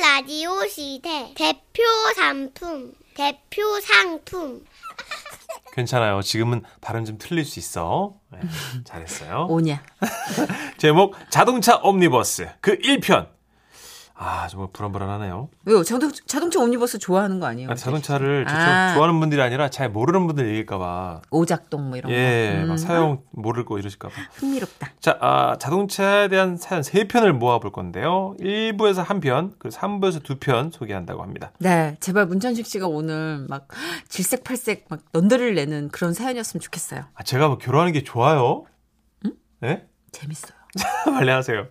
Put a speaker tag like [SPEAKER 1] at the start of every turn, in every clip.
[SPEAKER 1] 라디오 시대 대표 상품 대표 상품
[SPEAKER 2] 괜찮아요. 지금은 발음 좀 틀릴 수 있어. 네, 잘했어요.
[SPEAKER 3] 오냐.
[SPEAKER 2] 제목 자동차 옴니버스 그 1편. 아 정말 불안불안하네요.
[SPEAKER 3] 왜요? 자동, 자동차 옴니버스 좋아하는 거 아니에요?
[SPEAKER 2] 아, 자동차를 직접
[SPEAKER 3] 아.
[SPEAKER 2] 좋아하는 분들이 아니라 잘 모르는 분들 얘기일까봐.
[SPEAKER 3] 오작동 뭐 이런
[SPEAKER 2] 예,
[SPEAKER 3] 거. 음,
[SPEAKER 2] 막 사용 모르고 이러실까봐.
[SPEAKER 3] 흥미롭다.
[SPEAKER 2] 자, 아, 자동차에 대한 사연 3편을 모아볼 건데요. 1부에서 1편, 그리고 3부에서 2편 소개한다고 합니다.
[SPEAKER 3] 네, 제발 문천식 씨가 오늘 막 질색팔색 막 넌더리를 내는 그런 사연이었으면 좋겠어요.
[SPEAKER 2] 아, 제가 뭐 결혼하는 게 좋아요? 응? 네?
[SPEAKER 3] 재밌어요.
[SPEAKER 2] 빨리 하세요.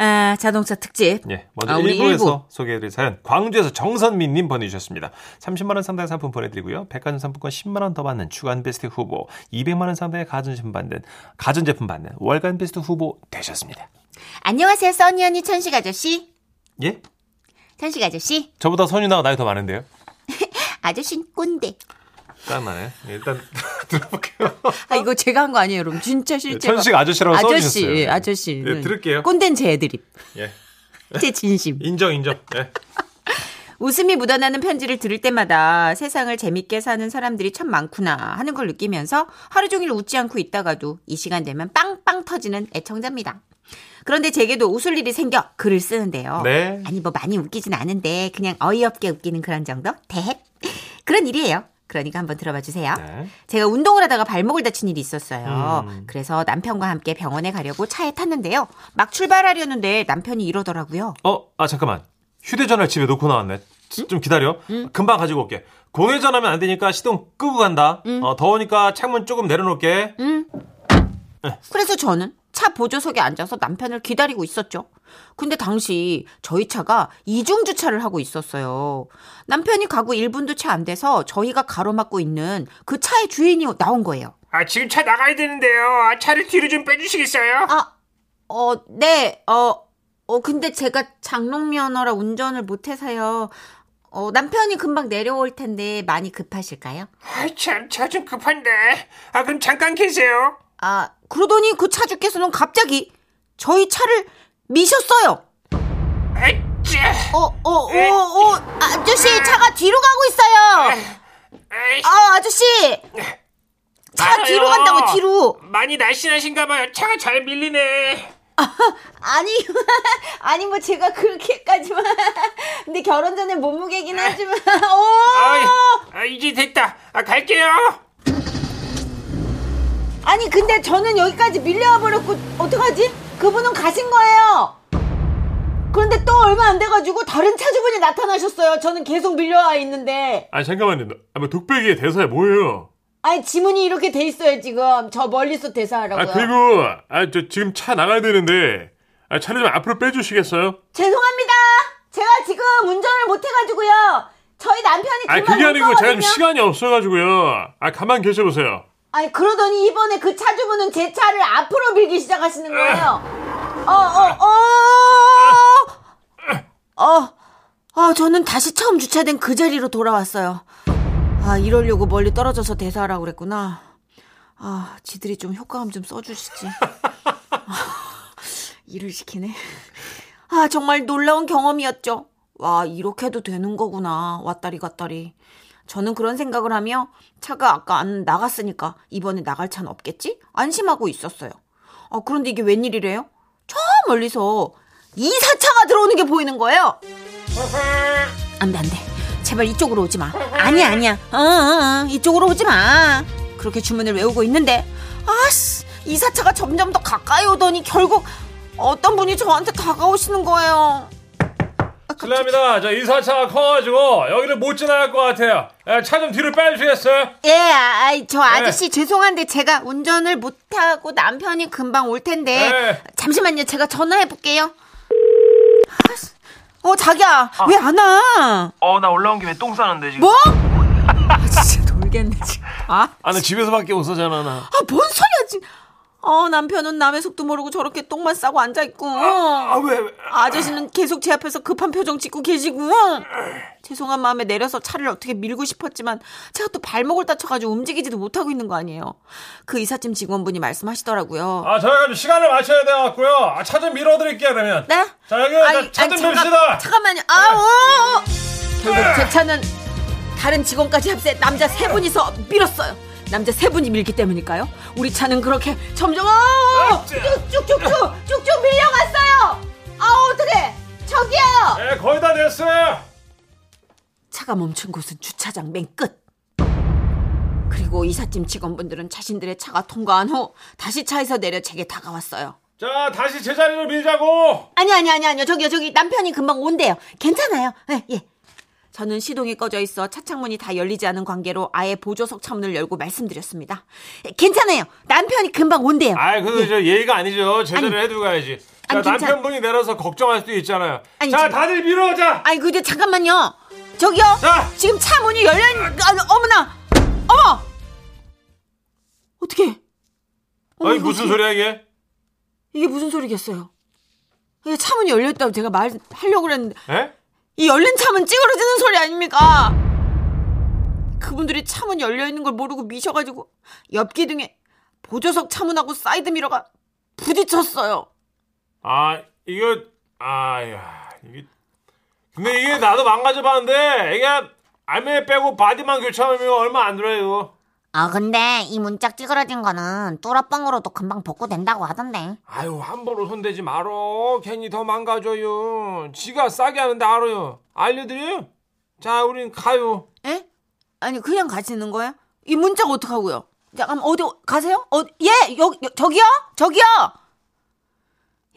[SPEAKER 3] 아, 자동차 특집.
[SPEAKER 2] 예, 먼저
[SPEAKER 3] 아, 우리
[SPEAKER 2] 1부에서 소개해드릴 사연 광주에서 정선민님 보내주셨습니다. 30만 원 상당의 상품 보내드리고요. 백화점 상품권 10만 원 더 받는 주간 베스트 후보, 200만 원 상당의 가전제품 받는 가전제품 받는 월간 베스트 후보 되셨습니다.
[SPEAKER 3] 안녕하세요, 써니 언니 천식 아저씨.
[SPEAKER 2] 예?
[SPEAKER 3] 천식 아저씨.
[SPEAKER 2] 저보다 선유나가 나이 더 많은데요.
[SPEAKER 3] 아저씨는 꼰대.
[SPEAKER 2] 짠나네. 예, 일단 들어볼게요.
[SPEAKER 3] 아, 이거 제가 한 거 아니에요, 여러분. 진짜 네, 실제로.
[SPEAKER 2] 예, 천식 아저씨라고
[SPEAKER 3] 아저씨,
[SPEAKER 2] 써주셨어요.
[SPEAKER 3] 예, 아저씨.
[SPEAKER 2] 예, 들을게요.
[SPEAKER 3] 꼰대는 제 애드립.
[SPEAKER 2] 예.
[SPEAKER 3] 제 진심.
[SPEAKER 2] 인정 인정. 예.
[SPEAKER 3] 웃음이 묻어나는 편지를 들을 때마다 세상을 재밌게 사는 사람들이 참 많구나 하는 걸 느끼면서 하루 종일 웃지 않고 있다가도 이 시간 되면 빵빵 터지는 애청자입니다. 그런데 제게도 웃을 일이 생겨 글을 쓰는데요.
[SPEAKER 2] 네.
[SPEAKER 3] 아니 뭐 많이 웃기진 않은데 그냥 어이없게 웃기는 그런 정도? 대헷. 그런 일이에요. 그러니까 한번 들어봐 주세요.
[SPEAKER 2] 네.
[SPEAKER 3] 제가 운동을 하다가 발목을 다친 일이 있었어요.
[SPEAKER 2] 음.
[SPEAKER 3] 그래서 남편과 함께 병원에 가려고 차에 탔는데요. 막 출발하려는데 남편이 이러더라고요.
[SPEAKER 2] 어, 아 잠깐만. 휴대전화를 집에 놓고 나왔네. 지- 좀 기다려. 금방 가지고 올게. 공회전하면 안 되니까 시동 끄고 간다. 어, 더우니까 창문 조금 내려놓을게.
[SPEAKER 3] 그래서 저는 차 보조석에 앉아서 남편을 기다리고 있었죠. 근데 당시 저희 차가 이중 주차를 하고 있었어요. 남편이 가고 1분도 채 안 돼서 저희가 가로막고 있는 그 차의 주인이 나온 거예요.
[SPEAKER 4] 아, 지금 차 나가야 되는데요. 아, 차를 뒤로 좀 빼주시겠어요?
[SPEAKER 3] 아, 어, 네, 어, 어, 근데 제가 장롱면허라 운전을 못해서요. 어, 남편이 금방 내려올 텐데 많이 급하실까요?
[SPEAKER 4] 아, 참, 차 좀 급한데. 아, 그럼 잠깐 계세요.
[SPEAKER 3] 아, 그러더니 그 차주께서는 갑자기 저희 차를 미셨어요.
[SPEAKER 4] 아이씨,
[SPEAKER 3] 어, 어, 어, 어, 아저씨, 차가 뒤로 가고 있어요.
[SPEAKER 4] 아이씨.
[SPEAKER 3] 아, 아저씨, 차
[SPEAKER 4] 알아요.
[SPEAKER 3] 뒤로 간다고 뒤로.
[SPEAKER 4] 많이 날씬하신가 봐요. 차가 잘 밀리네.
[SPEAKER 3] 아니, 아니 뭐 제가 그렇게까지만. 근데 결혼 전에 몸무게긴 하지만. 어! 오,
[SPEAKER 4] 아, 아, 이제 됐다. 아, 갈게요.
[SPEAKER 3] 아니 근데 저는 여기까지 밀려와 버렸고 어떡하지? 그분은 가신 거예요. 그런데 또 얼마 안 돼가지고 다른 차주분이 나타나셨어요. 저는 계속 밀려와 있는데.
[SPEAKER 2] 아 잠깐만요. 아, 뭐 독백이의 대사야 뭐예요?
[SPEAKER 3] 아니 지문이 이렇게 돼 있어요 지금. 저 멀리서 대사하라고요.
[SPEAKER 2] 그리고 아 저 지금 차 나가야 되는데 아, 차를 좀 앞으로 빼주시겠어요?
[SPEAKER 3] 죄송합니다. 제가 지금 운전을 못해가지고요. 저희 남편이
[SPEAKER 2] 아
[SPEAKER 3] 금방
[SPEAKER 2] 그게
[SPEAKER 3] 올
[SPEAKER 2] 아니고 제가 지금
[SPEAKER 3] 거거든요.
[SPEAKER 2] 시간이 없어가지고요. 아 가만 계셔보세요.
[SPEAKER 3] 아니 그러더니 이번에 그 차주분은 제 차를 앞으로 밀기 시작하시는 거예요. 어, 어어어어어 아, 저는 다시 처음 주차된 그 자리로 돌아왔어요. 아 이러려고 멀리 떨어져서 대사하라고 그랬구나. 아 지들이 좀 효과음 좀 써주시지. 아, 일을 시키네. 아 정말 놀라운 경험이었죠. 와 이렇게 해도 되는 거구나 왔다리 갔다리. 저는 그런 생각을 하며 차가 아까 안 나갔으니까 이번에 나갈 차는 없겠지? 안심하고 있었어요. 아 그런데 이게 웬일이래요? 저 멀리서 이사차가 들어오는 게 보이는 거예요. 안돼 안돼 제발 이쪽으로 오지 마 아니야 아니야 어, 어, 어, 이쪽으로 오지 마 그렇게 주문을 외우고 있는데 아씨 이사차가 점점 더 가까이 오더니 결국 어떤 분이 저한테 다가오시는 거예요 아,
[SPEAKER 2] 실례합니다. 저 이사차가 커가지고 여기를 못 지나갈 것 같아요. 예, 차 좀 뒤로 빼주시겠어요?
[SPEAKER 3] 예, 아, 아이, 저 아저씨 죄송한데 제가 운전을 못하고 남편이 금방 올 텐데
[SPEAKER 2] 네.
[SPEAKER 3] 잠시만요 제가 전화해 볼게요 아씨, 어 자기야
[SPEAKER 2] 아.
[SPEAKER 3] 왜 안 와?
[SPEAKER 4] 어, 나 올라온 김에 똥 싸는데 지금.
[SPEAKER 3] 뭐? 아, 진짜 돌겠네 지금 아
[SPEAKER 2] 아니 집에서밖에 못 사잖아 나.
[SPEAKER 3] 아, 뭔 소리야, 지금. 어, 남편은 남의 속도 모르고 저렇게 똥만 싸고 앉아있고.
[SPEAKER 4] 아, 왜, 왜?
[SPEAKER 3] 아저씨는 계속 제 앞에서 급한 표정 짓고 계시고 죄송한 마음에 내려서 차를 어떻게 밀고 싶었지만 제가 또 발목을 다쳐가지고 움직이지도 못하고 있는 거 아니에요 그 이삿짐 직원분이 말씀하시더라고요
[SPEAKER 5] 아, 저희가 좀 시간을 맞춰야 돼갖고요. 아, 차 좀 밀어드릴게요, 그러면.
[SPEAKER 3] 네?
[SPEAKER 5] 자, 여기
[SPEAKER 3] 아니,
[SPEAKER 5] 차
[SPEAKER 3] 아니,
[SPEAKER 5] 좀
[SPEAKER 3] 잠깐-
[SPEAKER 5] 밉시다. 네.
[SPEAKER 3] 잠깐만요 아오 어. 결국 제 차는 다른 직원까지 합세 남자 세
[SPEAKER 5] 네.
[SPEAKER 3] 분이서 밀었어요 남자 세 분이 밀기 때문일까요? 우리 차는 그렇게 점점 아오
[SPEAKER 5] 네,
[SPEAKER 3] 쭉쭉쭉쭉 쭉쭉 밀려갔어요 아우 어떡해 저기요
[SPEAKER 5] 네, 거의 다 됐어요.
[SPEAKER 3] 차가 멈춘 곳은 주차장 맨 끝. 그리고 이삿짐 직원분들은 자신들의 차가 통과한 후 다시 차에서 내려 제게 다가왔어요.
[SPEAKER 5] 자, 다시 제자리로 밀자고.
[SPEAKER 3] 아니 아니 아니 아니요 저기요 저기 남편이 금방 온대요. 괜찮아요. 예 예. 저는 시동이 꺼져 있어 차 창문이 다 열리지 않은 관계로 아예 보조석 창문을 열고 말씀드렸습니다. 예, 괜찮아요. 남편이 금방 온대요.
[SPEAKER 5] 아, 그저 예의가 아니죠. 제대로
[SPEAKER 3] 네. 아니.
[SPEAKER 5] 해두고 가야지. 자,
[SPEAKER 3] 아니, 진짜.
[SPEAKER 5] 남편분이 내려서 걱정할 수도 있잖아요.
[SPEAKER 3] 아니,
[SPEAKER 5] 자,
[SPEAKER 3] 진짜.
[SPEAKER 5] 다들 밀어, 자.
[SPEAKER 3] 아니 근데 잠깐만요. 저기요.
[SPEAKER 5] 자.
[SPEAKER 3] 지금 차 문이 열려 있는 아, 어머나. 어머. 어떻게?
[SPEAKER 5] 아니, 무슨 소리야, 이게?
[SPEAKER 3] 이게 무슨 소리겠어요? 이게 차문이 열렸다고 제가 말하려고 그랬는데
[SPEAKER 5] 예?
[SPEAKER 3] 이 열린 차문 찌그러지는 소리 아닙니까? 그분들이 차문 열려 있는 걸 모르고 미셔가지고 옆 기둥에 보조석 차문하고 사이드 미러가 부딪혔어요.
[SPEAKER 5] 아, 이거, 아, 야, 이게. 근데 이게 나도 망가져봤는데, 이게 알맹이 빼고 바디만 교체하면 얼마 안 들어요.
[SPEAKER 6] 아 근데 이 문짝 찌그러진 거는 뚜라뻥으로도 금방 복구된다고 하던데
[SPEAKER 5] 아유 함부로 손대지 말어 괜히 더 망가져요 지가 싸게 하는데 알아요 알려드려요 자 우린 가요
[SPEAKER 3] 에? 아니 그냥 가시는 거예요? 이 문짝 어떡하고요? 잠깐 어디 가세요? 어, 예, 여, 여, 저기요? 저기요!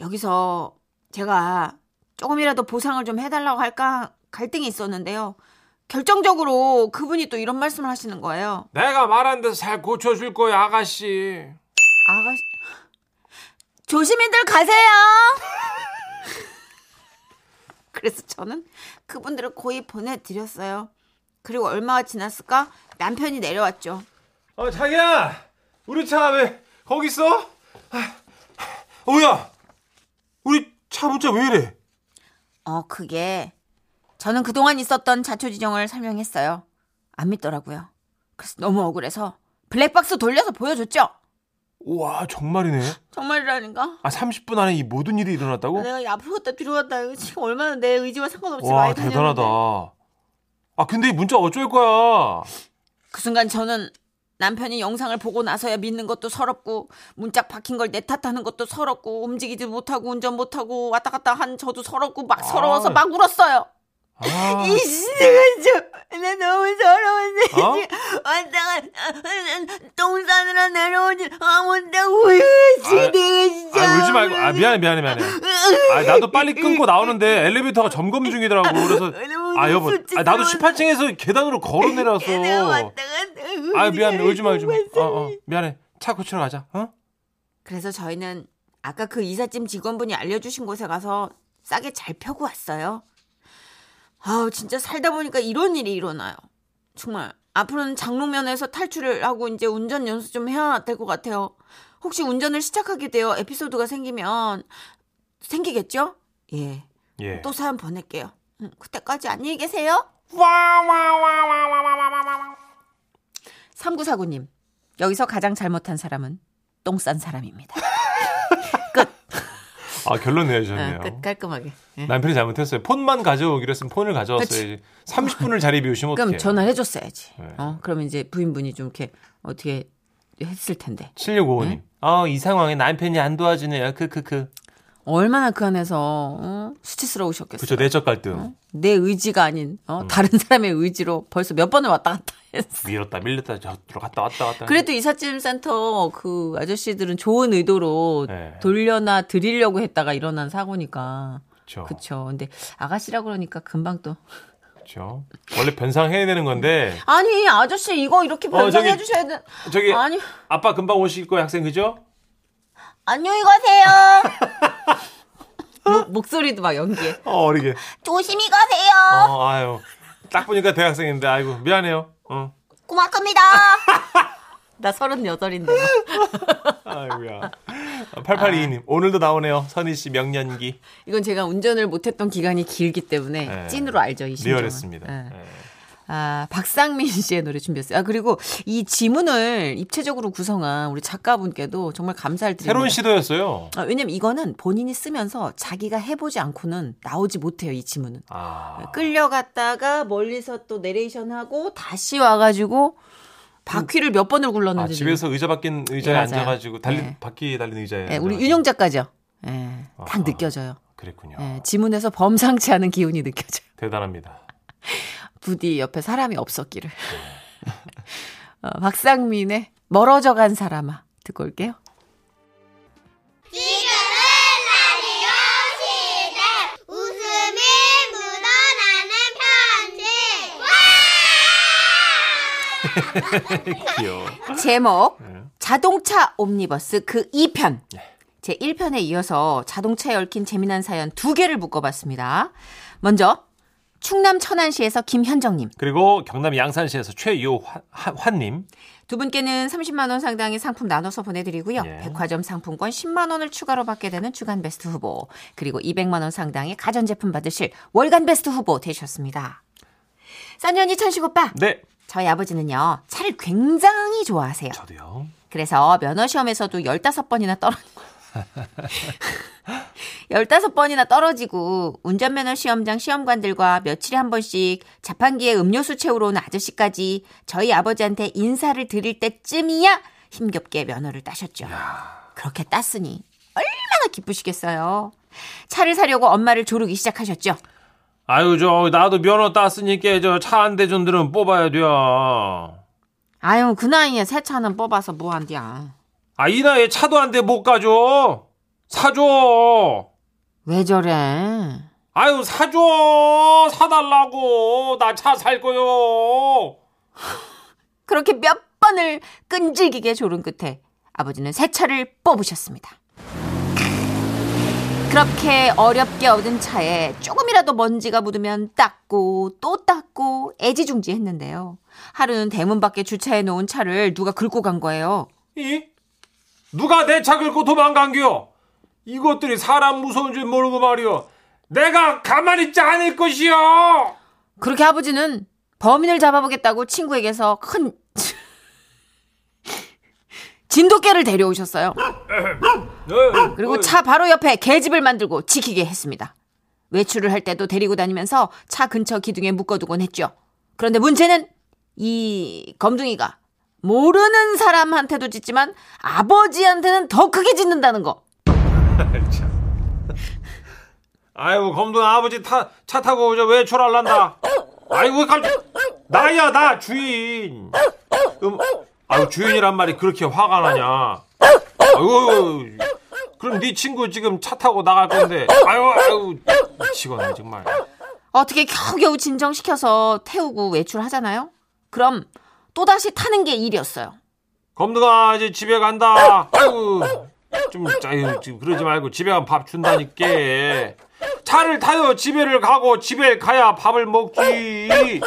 [SPEAKER 3] 여기서 제가 조금이라도 보상을 좀 해달라고 할까 갈등이 있었는데요. 결정적으로 그분이 또 이런 말씀을 하시는 거예요.
[SPEAKER 5] 내가 말한 데서 잘 고쳐줄 거야 아가씨
[SPEAKER 3] 아가씨, 조심히들 가세요! 그래서 저는 그분들을 고이 보내드렸어요. 그리고 얼마가 지났을까? 남편이 내려왔죠.
[SPEAKER 5] 어 자기야 우리 차 왜 거기 있어?
[SPEAKER 2] 어,
[SPEAKER 5] 오야 우리 차 문자 왜 이래
[SPEAKER 3] 어, 그게 저는 그동안 있었던 자초지종을 설명했어요. 안 믿더라고요. 그래서 너무 억울해서 블랙박스 돌려서 보여줬죠.
[SPEAKER 2] 와 정말이네.
[SPEAKER 3] 정말이라니까?
[SPEAKER 2] 아 30분 안에 이 모든 일이 일어났다고?
[SPEAKER 3] 내가 이 앞으로 갔다 뒤로 갔다 이거 지금 얼마나 내 의지와 상관없이
[SPEAKER 2] 와
[SPEAKER 3] 많이 다녔는데.
[SPEAKER 2] 대단하다. 아 근데 이 문자 어쩔 거야?
[SPEAKER 3] 그 순간 저는 남편이 영상을 보고 나서야 믿는 것도 서럽고 문짝 박힌 걸 내 탓하는 것도 서럽고 움직이지 못하고 운전 못하고 왔다 갔다 한 저도 서럽고 막 서러워서
[SPEAKER 5] 아.
[SPEAKER 3] 막 울었어요.
[SPEAKER 2] 아,
[SPEAKER 3] 이 시대가 좀나 너무 서러운데
[SPEAKER 2] 어?
[SPEAKER 3] 왔다가 똥 싸느라 내려오지 아 못하고요 시대가 진짜
[SPEAKER 2] 아 울지 말고 아 미안해 미안해 미안해. 아 나도 빨리 끊고 나오는데 엘리베이터가 점검 중이더라고 그래서 아 여보 아, 나도 18층에서 계단으로 걸어 내려왔어.
[SPEAKER 3] 내가 왔다가
[SPEAKER 2] 아 미안 울지 마 울지 마. 어, 어 미안해 차 고치러 가자. 어?
[SPEAKER 3] 그래서 저희는 아까 그 이삿짐 직원분이 알려주신 곳에 가서 싸게 잘 펴고 왔어요. 아우 진짜 살다 보니까 이런 일이 일어나요. 정말 앞으로는 장롱면에서 탈출을 하고 이제 운전 연습 좀 해야 될 것 같아요. 혹시 운전을 시작하게 되어 에피소드가 생기면 생기겠죠? 예.
[SPEAKER 2] 예.
[SPEAKER 3] 또 사연 보낼게요. 음, 그때까지 안녕히 계세요.
[SPEAKER 4] 와와와와와와와와
[SPEAKER 3] 3949님. 여기서 가장 잘못한 사람은 똥 싼 사람입니다.
[SPEAKER 2] 아 결론
[SPEAKER 3] 아,
[SPEAKER 2] 내주셨네요.
[SPEAKER 3] 끝 깔끔하게. 예.
[SPEAKER 2] 남편이 잘못했어요. 폰만 가져오기로 했으면 폰을 가져왔어야지. 30분을 자리 비우시면
[SPEAKER 3] 그럼
[SPEAKER 2] 어떡해.
[SPEAKER 3] 전화를 해줬어야지.
[SPEAKER 2] 네.
[SPEAKER 3] 어, 그러면 이제 부인분이 좀 이렇게 어떻게 했을 텐데.
[SPEAKER 2] 7655님. 어, 이 상황에 남편이 안 도와주네요. 그, 크크크.
[SPEAKER 3] 얼마나 그 안에서 어, 수치스러우셨겠어요.
[SPEAKER 2] 그쵸, 내적 네 갈등.
[SPEAKER 3] 내 의지가 아닌
[SPEAKER 2] 음.
[SPEAKER 3] 어, 다른 사람의 의지로 벌써 몇 번을 왔다 갔다 했어.
[SPEAKER 2] 밀었다, 밀렸다, 저쪽으로 갔다 왔다 갔다.
[SPEAKER 3] 그래도 이삿짐 센터 그 아저씨들은 좋은 의도로
[SPEAKER 2] 네.
[SPEAKER 3] 돌려나 드리려고 했다가 일어난 사고니까.
[SPEAKER 2] 그쵸.
[SPEAKER 3] 그쵸. 근데 아가씨라 그러니까 금방 또.
[SPEAKER 2] 그쵸. 그렇죠. 원래 변상해야 되는 건데.
[SPEAKER 3] 아니, 아저씨 이거 이렇게
[SPEAKER 2] 어, 저기-
[SPEAKER 3] 변상해 주셔야 돼.
[SPEAKER 2] 저기,
[SPEAKER 3] 아니,
[SPEAKER 2] 아빠 금방 오실 거예요, 학생, 그죠?
[SPEAKER 3] 안녕히 가세요. 목- 목소리도 막 연기해.
[SPEAKER 2] 어, 어리게.
[SPEAKER 6] 조심히 가세요
[SPEAKER 2] 어, 아유. 딱 보니까 대학생인데, 아이고, 미안해요. 어.
[SPEAKER 6] 고맙습니다
[SPEAKER 3] 나 서른여덟인데.
[SPEAKER 2] 아이고야. 8822님, 오늘도 나오네요. 선희 씨 명연기.
[SPEAKER 3] 이건 제가 운전을 못했던 기간이 길기 때문에
[SPEAKER 2] 예.
[SPEAKER 3] 찐으로 알죠 이 심정은.
[SPEAKER 2] 리얼했습니다.
[SPEAKER 3] 예.
[SPEAKER 2] 예.
[SPEAKER 3] 아 박상민 씨의 노래 준비했어요. 아 그리고 이 지문을 입체적으로 구성한 우리 작가분께도 정말 감사를 드립니다.
[SPEAKER 2] 새로운 시도였어요.
[SPEAKER 3] 아, 왜냐면 이거는 본인이 쓰면서 자기가 해보지 않고는 나오지 못해요 이 지문은.
[SPEAKER 2] 아.
[SPEAKER 3] 끌려갔다가 멀리서 또 내레이션하고 다시 와가지고 바퀴를 몇 번을
[SPEAKER 2] 아,
[SPEAKER 3] 굴렀는지.
[SPEAKER 2] 집에서 의자 바뀐 의자에
[SPEAKER 3] 예, 맞아요.
[SPEAKER 2] 앉아가지고 달린
[SPEAKER 3] 예.
[SPEAKER 2] 바퀴에 달린 의자에.
[SPEAKER 3] 예, 우리
[SPEAKER 2] 앉아가지고.
[SPEAKER 3] 윤영 작가죠. 예, 딱
[SPEAKER 2] 네. 아하.
[SPEAKER 3] 느껴져요.
[SPEAKER 2] 그랬군요.
[SPEAKER 3] 예, 지문에서 범상치 않은 기운이 느껴져요.
[SPEAKER 2] 대단합니다.
[SPEAKER 3] 부디 옆에 사람이 없었기를. 어, 박상민의 멀어져간 사람아 듣고 올게요.
[SPEAKER 1] 라디오 시대 웃음이 묻어나는 편지
[SPEAKER 2] 귀여워.
[SPEAKER 3] 제목
[SPEAKER 2] 예.
[SPEAKER 3] 자동차 옴니버스 그 2편. 제 1편에 이어서 자동차에 얽힌 재미난 사연 두 개를 묶어봤습니다. 먼저 충남 천안시에서 김현정님
[SPEAKER 2] 그리고 경남 양산시에서 최요환님.
[SPEAKER 3] 두 분께는 30만 원 상당의 상품 나눠서 보내드리고요.
[SPEAKER 2] 예.
[SPEAKER 3] 백화점 상품권 10만 원을 추가로 받게 되는 주간 베스트 후보 그리고 200만 원 상당의 가전제품 받으실 월간 베스트 후보 되셨습니다. 썬년이 천식 오빠
[SPEAKER 2] 네.
[SPEAKER 3] 저희 아버지는요 차를 굉장히 좋아하세요.
[SPEAKER 2] 저도요.
[SPEAKER 3] 그래서 면허 시험에서도 15번이나 떨어 15번이나 떨어지고 운전면허 시험장 시험관들과 며칠에 한 번씩 자판기에 음료수 채우러 오는 아저씨까지 저희 아버지한테 인사를 드릴 때쯤이야 힘겹게 면허를 따셨죠. 그렇게 땄으니 얼마나 기쁘시겠어요. 차를 사려고 엄마를 조르기 시작하셨죠.
[SPEAKER 5] 아유 저 나도 면허 땄으니까 저 차 한 대 정도는 뽑아야 돼요.
[SPEAKER 3] 아유 그 나이에 새 차는 뽑아서 뭐 한디야.
[SPEAKER 5] 아 이 나이에 차도 한 대 못 가져. 사줘.
[SPEAKER 3] 왜 저래?
[SPEAKER 5] 아유 사줘 사달라고 나 차 살 거요.
[SPEAKER 3] 그렇게 몇 번을 끈질기게 조른 끝에 아버지는 새 차를 뽑으셨습니다. 그렇게 어렵게 얻은 차에 조금이라도 먼지가 묻으면 닦고 또 닦고 애지중지 했는데요. 하루는 대문 밖에 주차해 놓은 차를 누가 긁고 간 거예요.
[SPEAKER 5] 이 누가 내 차 긁고 도망간겨? 이것들이 사람 무서운 줄 모르고 말이여. 내가 가만히 있지 않을 것이여.
[SPEAKER 3] 그렇게 아버지는 범인을 잡아보겠다고 친구에게서 큰 진돗개를 데려오셨어요. 그리고 차 바로 옆에 개집을 만들고 지키게 했습니다. 외출을 할 때도 데리고 다니면서 차 근처 기둥에 묶어두곤 했죠. 그런데 문제는 이 검둥이가 모르는 사람한테도 짖지만 아버지한테는 더 크게 짖는다는 거.
[SPEAKER 5] 아이고 검둥 아버지 타, 차 타고 저 외출할란다. 아이고 갑자기 나야 나 주인. 음, 아유 주인이란 말이 그렇게 화가 나냐? 아이고 그럼 네 친구 지금 차 타고 나갈 건데. 아유 아유 미치겠네 정말.
[SPEAKER 3] 어떻게 겨우겨우 진정시켜서 태우고 외출하잖아요. 그럼 또다시 타는 게 일이었어요.
[SPEAKER 5] 검둥아 이제 집에 간다. 아이고 좀 아유 지금 그러지 말고 집에 가면 밥 준다니까. 차를 타요 집에를 가고 집에 가야 밥을 먹지.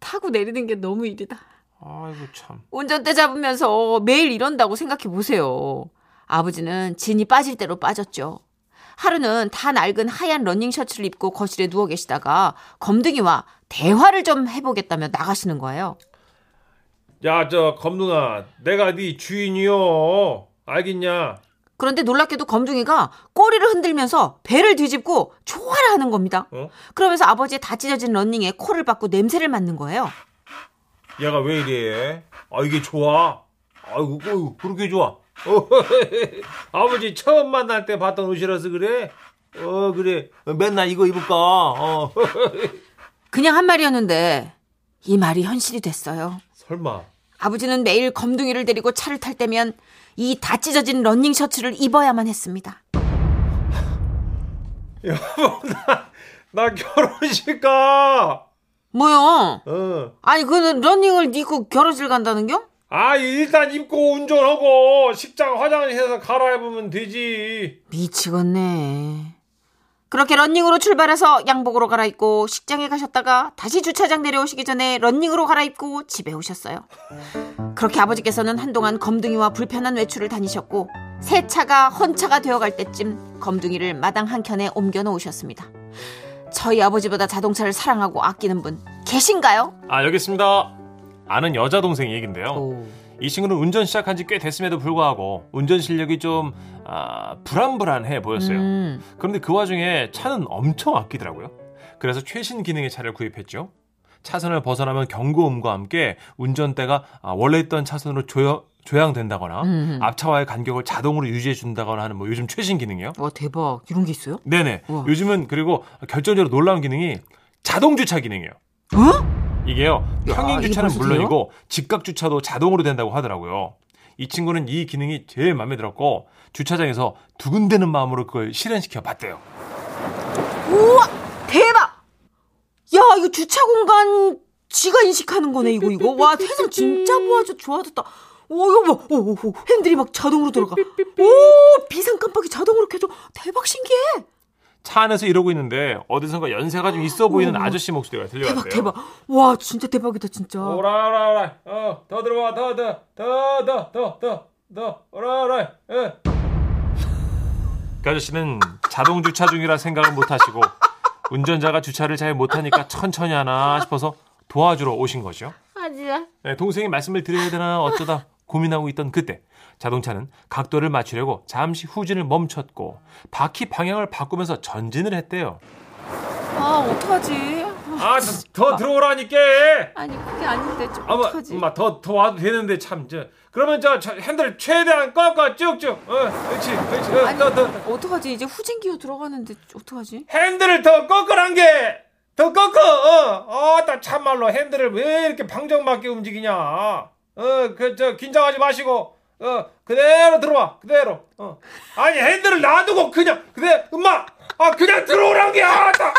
[SPEAKER 3] 타고 내리는 게 너무 일이다.
[SPEAKER 5] 아이고 참.
[SPEAKER 3] 운전대 잡으면서 매일 이런다고 생각해 보세요. 아버지는 진이 빠질 대로 빠졌죠. 하루는 다 낡은 하얀 러닝 셔츠를 입고 거실에 누워 계시다가 검둥이와 대화를 좀 해보겠다며 나가시는 거예요.
[SPEAKER 5] 야, 저 검둥아, 내가 네 주인이요. 알겠냐?
[SPEAKER 3] 그런데 놀랍게도 검둥이가 꼬리를 흔들면서 배를 뒤집고 좋아라 하는 겁니다.
[SPEAKER 5] 어?
[SPEAKER 3] 그러면서 아버지의 다 찢어진 러닝에 코를 박고 냄새를 맡는 거예요.
[SPEAKER 5] 얘가 왜 이래? 아, 이게 좋아. 아이고, 어이구, 그렇게 좋아. 어, 아버지 처음 만날 때 봤던 옷이라서 그래. 어, 그래. 맨날 이거 입을까? 어.
[SPEAKER 3] 그냥 한 말이었는데 이 말이 현실이 됐어요.
[SPEAKER 5] 설마.
[SPEAKER 3] 아버지는 매일 검둥이를 데리고 차를 탈 때면 이 다 찢어진 러닝 셔츠를 입어야만 했습니다.
[SPEAKER 5] 여보, 나, 나 결혼식 가.
[SPEAKER 3] 뭐요?
[SPEAKER 5] 어.
[SPEAKER 3] 아니 그는 러닝을 입고 결혼실 간다는겨?
[SPEAKER 5] 아, 일단 입고 운전하고 식장 화장실에서 갈아입으면 되지.
[SPEAKER 3] 미치겠네. 그렇게 러닝으로 출발해서 양복으로 갈아입고 식장에 가셨다가 다시 주차장 내려오시기 전에 러닝으로 갈아입고 집에 오셨어요. 그렇게 아버지께서는 한동안 검둥이와 불편한 외출을 다니셨고 새 차가 헌차가 되어갈 때쯤 검둥이를 마당 한켠에 옮겨 놓으셨습니다. 저희 아버지보다 자동차를 사랑하고 아끼는 분 계신가요?
[SPEAKER 2] 아 여기 있습니다. 아는 여자 동생 얘긴데요. 이 친구는 운전 시작한 지 꽤 됐음에도 불구하고 운전 실력이 좀 아, 불안불안해 보였어요.
[SPEAKER 3] 음,
[SPEAKER 2] 그런데 그 와중에 차는 엄청 아끼더라고요. 그래서 최신 기능의 차를 구입했죠. 차선을 벗어나면 경고음과 함께 운전대가 아, 원래 있던 차선으로 조여, 조향된다거나
[SPEAKER 3] 음.
[SPEAKER 2] 앞차와의 간격을 자동으로 유지해 준다거나 하는 뭐 요즘 최신 기능이요.
[SPEAKER 3] 와 대박 이런 게 있어요?
[SPEAKER 2] 네네.
[SPEAKER 3] 우와.
[SPEAKER 2] 요즘은 그리고 결정적으로 놀라운 기능이 자동 주차 기능이에요.
[SPEAKER 3] 어?
[SPEAKER 2] 이게요. 평행
[SPEAKER 3] 이게
[SPEAKER 2] 주차는
[SPEAKER 3] 벌써
[SPEAKER 2] 물론이고 직각 주차도 자동으로 된다고 하더라고요. 이 친구는 이 기능이 제일 마음에 들었고 주차장에서 두근대는 마음으로 그걸 실현시켜 봤대요.
[SPEAKER 3] 우와 대박! 야 이거 주차 공간 지가 인식하는 거네 이거 이거 와 세상 진짜 모아져 좋아졌다. 오 이거 봐, 오, 오, 오, 핸들이 막 자동으로 들어가. 오 비상 깜빡이 자동으로 켜져 대박 신기해.
[SPEAKER 2] 차 안에서 이러고 있는데 어디선가 연세가 좀 있어 보이는 아저씨 목소리가 들려왔대요.
[SPEAKER 3] 대박 대박 와 진짜 대박이다 진짜.
[SPEAKER 5] 어, 오라 오라 오라 어더 들어와 더더더더더더더 어, 오라 오라 예.
[SPEAKER 2] 그 아저씨는 자동 주차 중이라 생각을 못 하시고 운전자가 주차를 잘 못하니까 천천히 하나 싶어서 도와주러 오신 거죠. 네, 동생이 말씀을 드려야 되나 어쩌다 고민하고 있던 그때 자동차는 각도를 맞추려고 잠시 후진을 멈췄고 바퀴 방향을 바꾸면서 전진을 했대요.
[SPEAKER 3] 아 어떡하지?
[SPEAKER 5] 아더 들어오라니까
[SPEAKER 3] 아니 그게 아닌데 좀
[SPEAKER 5] 아마 뭐, 음.
[SPEAKER 3] 어떡하지?
[SPEAKER 5] 엄마 더더 와도 되는데 참 저. 그러면 저, 저 핸들 최대한 꺾어 쭉쭉 어 그렇지 그렇지
[SPEAKER 3] 아니,
[SPEAKER 5] 더더
[SPEAKER 3] 어떡하지? 이제 후진기어 들어가는데 어떡하지?
[SPEAKER 5] 핸들을 더 꺾으란 게! 더 꺾어! 어, 아따, 참말로 핸들을 왜 이렇게 방정맞게 움직이냐? 어, 그, 저, 긴장하지 마시고, 어, 그대로 들어와, 그대로. 어. 아니, 핸들을 놔두고 그냥, 그대, 엄마! 아, 그냥 들어오란 게, 아따!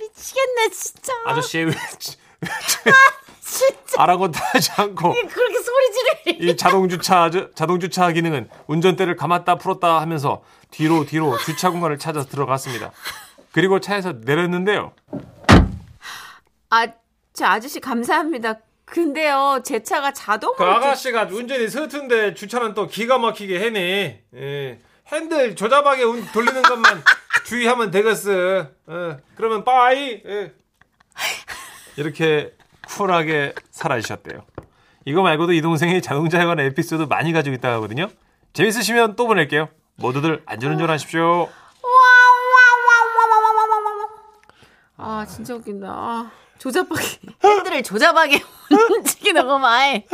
[SPEAKER 6] 미치겠네 진짜.
[SPEAKER 2] 아저씨의 외치- 외치- 아랑곳하지 않고
[SPEAKER 6] 그렇게 소리 지르.
[SPEAKER 2] 이 자동주차 자동주차 기능은 운전대를 감았다 풀었다 하면서 뒤로 뒤로 주차 공간을 찾아서 들어갔습니다. 그리고 차에서 내렸는데요.
[SPEAKER 3] 아저 아저씨 감사합니다. 근데요 제 차가
[SPEAKER 5] 그
[SPEAKER 3] 자동으로
[SPEAKER 5] 아가씨가 운전이 서툰데 주차는 또 기가 막히게 해네. 예. 핸들 조잡하게 운- 돌리는 것만 주의하면 되겠어. 어, 그러면 빠이! 예.
[SPEAKER 2] 이렇게 쿨하게 사라지셨대요. 이거 말고도 이 동생이 자동차에 관한 에피소드 많이 가지고 있다고 하거든요. 재밌으시면 또 보낼게요. 모두들 안전운전 하십시오.
[SPEAKER 3] 아 진짜 웃긴다. 아, 조잡하게.
[SPEAKER 6] 핸들을 조잡하게 움직이는 거 말.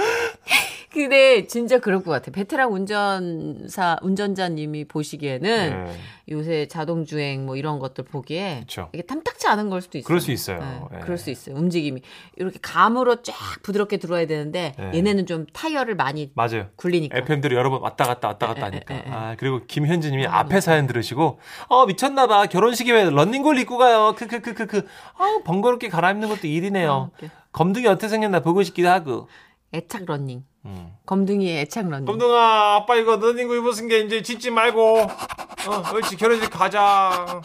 [SPEAKER 7] 근데 진짜 그럴 것 같아. 베테랑 운전사 운전자님이 보시기에는
[SPEAKER 2] 네,
[SPEAKER 7] 요새 자동 주행 뭐 이런 것들 보기에
[SPEAKER 2] 그쵸.
[SPEAKER 7] 이게 탐탁치 않은 걸 수도 있어요.
[SPEAKER 2] 그럴 수 있어요.
[SPEAKER 3] 네.
[SPEAKER 2] 예.
[SPEAKER 7] 그럴 수 있어요. 움직임이 이렇게 감으로 쫙 부드럽게 들어와야 되는데
[SPEAKER 2] 예.
[SPEAKER 7] 얘네는 좀 타이어를 많이
[SPEAKER 2] 맞아요.
[SPEAKER 7] 굴리니까.
[SPEAKER 2] FM들이 여러 번 왔다 갔다 왔다 갔다 하니까.
[SPEAKER 7] 에, 에, 에.
[SPEAKER 2] 아, 그리고 김현진님이 앞에 사연 들으시고, 어, 미쳤나봐. 결혼식에 왜 런닝골 입고 가요. 크크크크크. 어, 번거롭게 갈아입는 것도 일이네요. 검둥이 어떻게 생겼나 보고 싶기도 하고.
[SPEAKER 7] 애착 런닝.
[SPEAKER 2] 음.
[SPEAKER 7] 검둥이의 애착 런닝.
[SPEAKER 5] 검둥아, 아빠 이거 너닝구 입었은 게 이제 짓지 말고. 어, 그렇지, 결혼식 가자.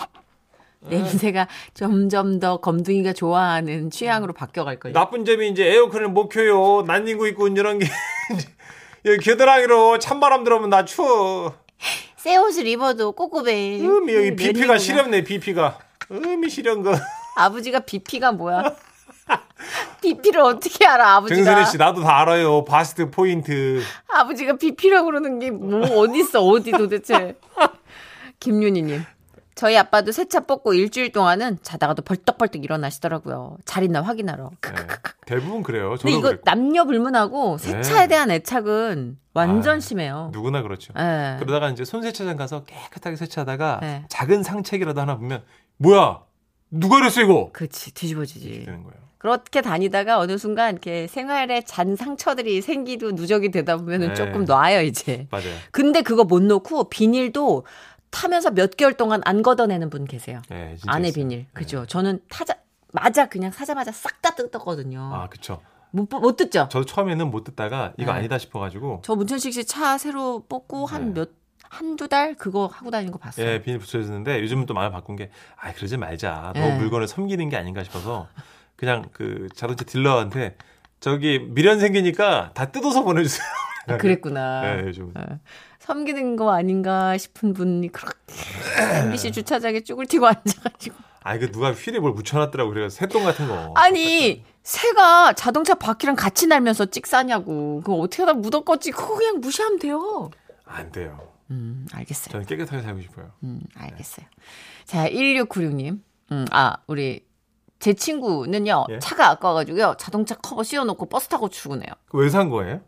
[SPEAKER 7] 냄새가 점점 더 검둥이가 좋아하는
[SPEAKER 2] 음.
[SPEAKER 7] 취향으로 바뀌어갈 거예요.
[SPEAKER 5] 나쁜 점이 이제 에어컨을 못 켜요. 난닝구 입고 운전한 게. 이제 여기 겨드랑이로 찬바람 들어오면 나 추워.
[SPEAKER 6] 새 옷을 입어도 꼬꼬배.
[SPEAKER 5] 음이 여기
[SPEAKER 7] 음,
[SPEAKER 5] BP가
[SPEAKER 7] 런닝구나.
[SPEAKER 5] 시렵네, BP가. 음이 시련 거.
[SPEAKER 7] 아버지가 BP가 뭐야? BP를 어떻게 알아, 아버지가?
[SPEAKER 5] 정선희 씨, 나도 다 알아요. 바스트 포인트.
[SPEAKER 7] 아버지가 비피라고 그러는 게 뭐 어디 있어 어디 도대체 김윤희님 저희 아빠도 세차 뽑고 일주일 동안은 자다가도 벌떡벌떡 일어나시더라고요 잘 있나 확인하러 크크크크
[SPEAKER 2] 대부분 그래요.
[SPEAKER 7] 근데
[SPEAKER 2] 저도
[SPEAKER 7] 이거
[SPEAKER 2] 네. 그랬고. 네.
[SPEAKER 7] 남녀 불문하고 세차에 대한 애착은 완전
[SPEAKER 2] 아,
[SPEAKER 7] 심해요
[SPEAKER 2] 누구나 그렇죠.
[SPEAKER 7] 예.
[SPEAKER 2] 그러다가 이제 손세차장 가서 깨끗하게 세차하다가
[SPEAKER 7] 네.
[SPEAKER 2] 작은 상책이라도 하나 보면, 뭐야! 누가 이랬어, 이거!
[SPEAKER 7] 그렇지 뒤집어지지
[SPEAKER 2] 되는 거예요.
[SPEAKER 7] 그렇게 다니다가 어느 순간 이렇게 생활에 잔 상처들이 생기도 누적이 되다 보면은
[SPEAKER 2] 네.
[SPEAKER 7] 조금 놔요 이제
[SPEAKER 2] 맞아요.
[SPEAKER 7] 근데 그거 못 놓고 비닐도 타면서 몇 개월 동안 안 걷어내는 분 계세요.
[SPEAKER 2] 네, 진짜
[SPEAKER 7] 안에
[SPEAKER 2] 있어요. 네.
[SPEAKER 7] 비닐. 그죠? 저는 타자 맞아 그냥 사자마자 싹 다 뜯었거든요.
[SPEAKER 2] 아, 그쵸.
[SPEAKER 7] 못, 못 뜯죠?
[SPEAKER 2] 저도 처음에는 못 듣다가 이거
[SPEAKER 7] 네.
[SPEAKER 2] 아니다 싶어가지고
[SPEAKER 7] 저 문천식 씨 차 새로 뽑고
[SPEAKER 2] 네.
[SPEAKER 7] 한 몇 한두 달 그거 하고 다니는 거 봤어요.
[SPEAKER 2] 예, 비닐 붙여졌는데 요즘은 또 마음을 바꾼 게, 아, 그러지 말자.
[SPEAKER 7] 예.
[SPEAKER 2] 너무 물건을 섬기는 게 아닌가 싶어서 그냥 그 자동차 딜러한테 저기 미련 생기니까 다 뜯어서 보내주세요.
[SPEAKER 3] 아, 그랬구나.
[SPEAKER 2] 네, 요즘.
[SPEAKER 3] 어. 섬기는 거 아닌가 싶은 분이 그렇게 MBC 주차장에 쭈글 튀고 앉아가지고
[SPEAKER 2] 아, 이거 누가 휠에 뭘 묻혀놨더라고. 그래서 새똥 같은 거.
[SPEAKER 3] 아니 새가 자동차 바퀴랑 같이 날면서 찍사냐고 그거 어떻게 하다 묻었겠지 그거 그냥 무시하면 돼요
[SPEAKER 2] 안 돼요.
[SPEAKER 3] 음 알겠어요
[SPEAKER 2] 저는 깨끗하게 살고 싶어요.
[SPEAKER 3] 음 알겠어요 자 1696님 음아 우리 제 친구는요
[SPEAKER 2] 예?
[SPEAKER 3] 차가 아까워가지고요 자동차 커버 씌워놓고 버스 타고 출근해요
[SPEAKER 2] 왜 산 거예요?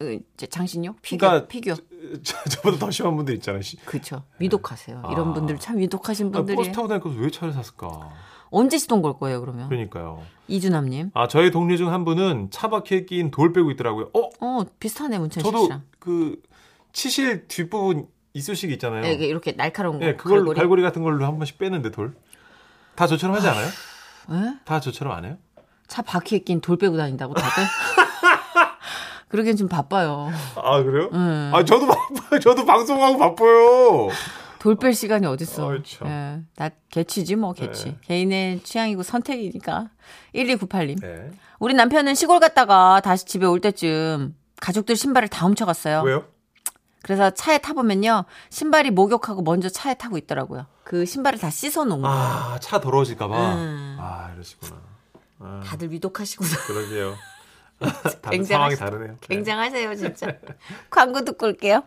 [SPEAKER 3] 어, 이제 장신용 피규어
[SPEAKER 2] 그러니까-
[SPEAKER 3] 피규어
[SPEAKER 2] 저, 저보다 더 심한 분들 있잖아요. 씨.
[SPEAKER 3] 그쵸 미독하세요 이런
[SPEAKER 2] 아.
[SPEAKER 3] 분들 참 미독하신
[SPEAKER 2] 아,
[SPEAKER 3] 분들이
[SPEAKER 2] 버스 타고 다니면서 왜 차를 샀을까?
[SPEAKER 3] 언제 시동 걸 거예요 그러면
[SPEAKER 2] 그러니까요.
[SPEAKER 3] 이준함님
[SPEAKER 2] 아, 저희 동료 중 한 분은 차 바퀴에 끼인 돌 빼고 있더라고요. 어,
[SPEAKER 3] 어 비슷하네 문천식
[SPEAKER 2] 저도
[SPEAKER 3] 씨랑
[SPEAKER 2] 그 치실 뒷부분 이쑤시개 있잖아요.
[SPEAKER 3] 예, 이게 이렇게 날카로운 거
[SPEAKER 2] 예, 그걸로 네, 갈고리?
[SPEAKER 3] 갈고리?
[SPEAKER 2] 같은 걸로 한 번씩 빼는데 돌. 다 저처럼 하지 않아요?
[SPEAKER 3] 예?
[SPEAKER 2] 다 저처럼 안 해요?
[SPEAKER 3] 차 바퀴에 낀 돌 빼고 다닌다고 다들? 그러기엔 좀 바빠요.
[SPEAKER 2] 아 그래요?
[SPEAKER 3] 음.
[SPEAKER 2] 아 저도 바빠, 저도 방송하고 바빠요.
[SPEAKER 3] 돌 뺄 시간이 어딨어.
[SPEAKER 2] 아이, 참.
[SPEAKER 3] 예, 나 개취지 뭐 개취.
[SPEAKER 2] 네.
[SPEAKER 3] 개인의 취향이고 선택이니까. 1298님.
[SPEAKER 2] 네.
[SPEAKER 3] 우리 남편은 시골 갔다가 다시 집에 올 때쯤 가족들 신발을 다 훔쳐갔어요.
[SPEAKER 2] 네. 왜요?
[SPEAKER 3] 그래서 차에 타보면요. 신발이 목욕하고 먼저 차에 타고 있더라고요. 그 신발을 다 씻어놓은 거예요.
[SPEAKER 2] 아 차 더러워질까봐.
[SPEAKER 3] 음.
[SPEAKER 2] 아 이러시구나.
[SPEAKER 3] 다들 위독하시구나.
[SPEAKER 2] 그러게요. 다들
[SPEAKER 3] 굉장하시-
[SPEAKER 2] 상황이 다르네요. 네.
[SPEAKER 3] 굉장하세요, 진짜. 광고 듣고 올게요.